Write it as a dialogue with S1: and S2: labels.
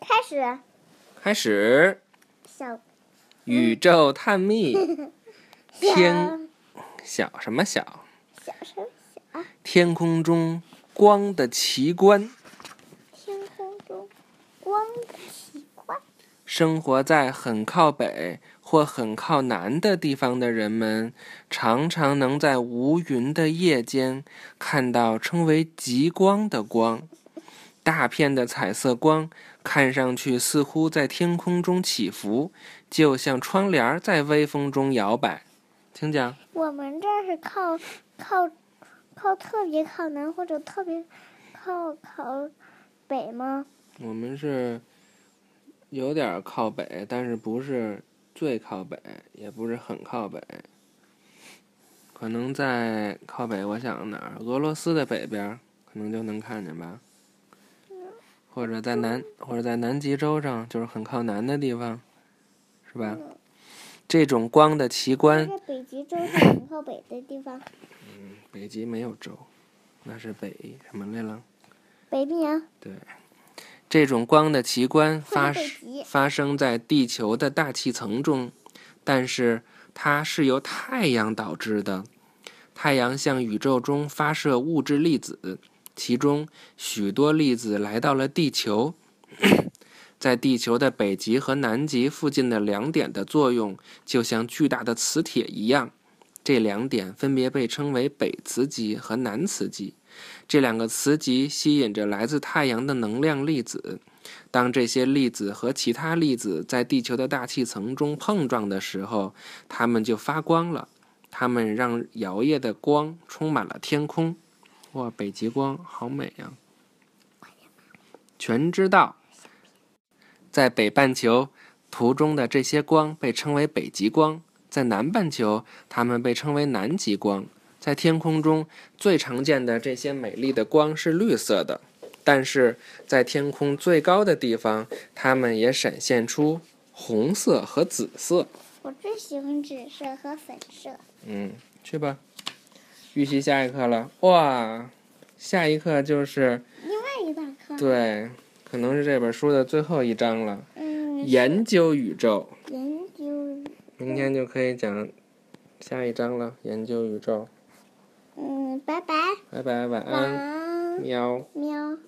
S1: 开始，
S2: 开始
S1: 小
S2: 宇宙探秘，
S1: 小
S2: 天小什么小？
S1: 小声小啊，
S2: 天空中光的奇观，
S1: 天空中光的奇观，
S2: 生活在很靠北或很靠南的地方的人们，常常能在无云的夜间看到称为极光的光。大片的彩色光看上去似乎在天空中起伏，就像窗帘儿在微风中摇摆。请讲。
S1: 我们这儿是靠靠靠特别靠南或者特别靠靠北吗？
S2: 我们是有点儿靠北，但是不是最靠北，也不是很靠北。可能在靠北，我想哪儿？俄罗斯的北边儿可能就能看见吧，或者在南，或者在南极洲上，就是很靠南的地方，是吧？这种光的奇观，
S1: 在北极洲是很靠北的地方，
S2: 北极没有洲，那是北什么来了？
S1: 北冰洋
S2: 这种光的奇观发
S1: 或者北
S2: 生
S1: 极
S2: 发生在地球的大气层中，但是它是由太阳导致的。太阳向宇宙中发射物质粒子，其中许多粒子来到了地球。 在地球的北极和南极附近的两点的作用，就像巨大的磁铁一样。这两点分别被称为北磁极和南磁极。这两个磁极吸引着来自太阳的能量粒子。当这些粒子和其他粒子在地球的大气层中碰撞的时候，它们就发光了。它们让摇曳的光充满了天空。哇，北极光好美呀、全知道，在北半球图中的这些光被称为北极光，在南半球它们被称为南极光。在天空中，最常见的这些美丽的光是绿色的，但是在天空最高的地方，它们也闪现出红色和紫色。
S1: 我最喜欢紫色和粉色。
S2: 嗯，去吧，预习下一课了。哇，下一课就是
S1: 另外一大颗，
S2: 对，可能是这本书的最后一章了，
S1: 嗯，
S2: 研究宇宙。
S1: 研究，
S2: 明天就可以讲下一章了，研究宇宙。
S1: 嗯，拜拜，
S2: 拜拜，晚
S1: 晚
S2: 安，
S1: 安，
S2: 喵。
S1: 喵。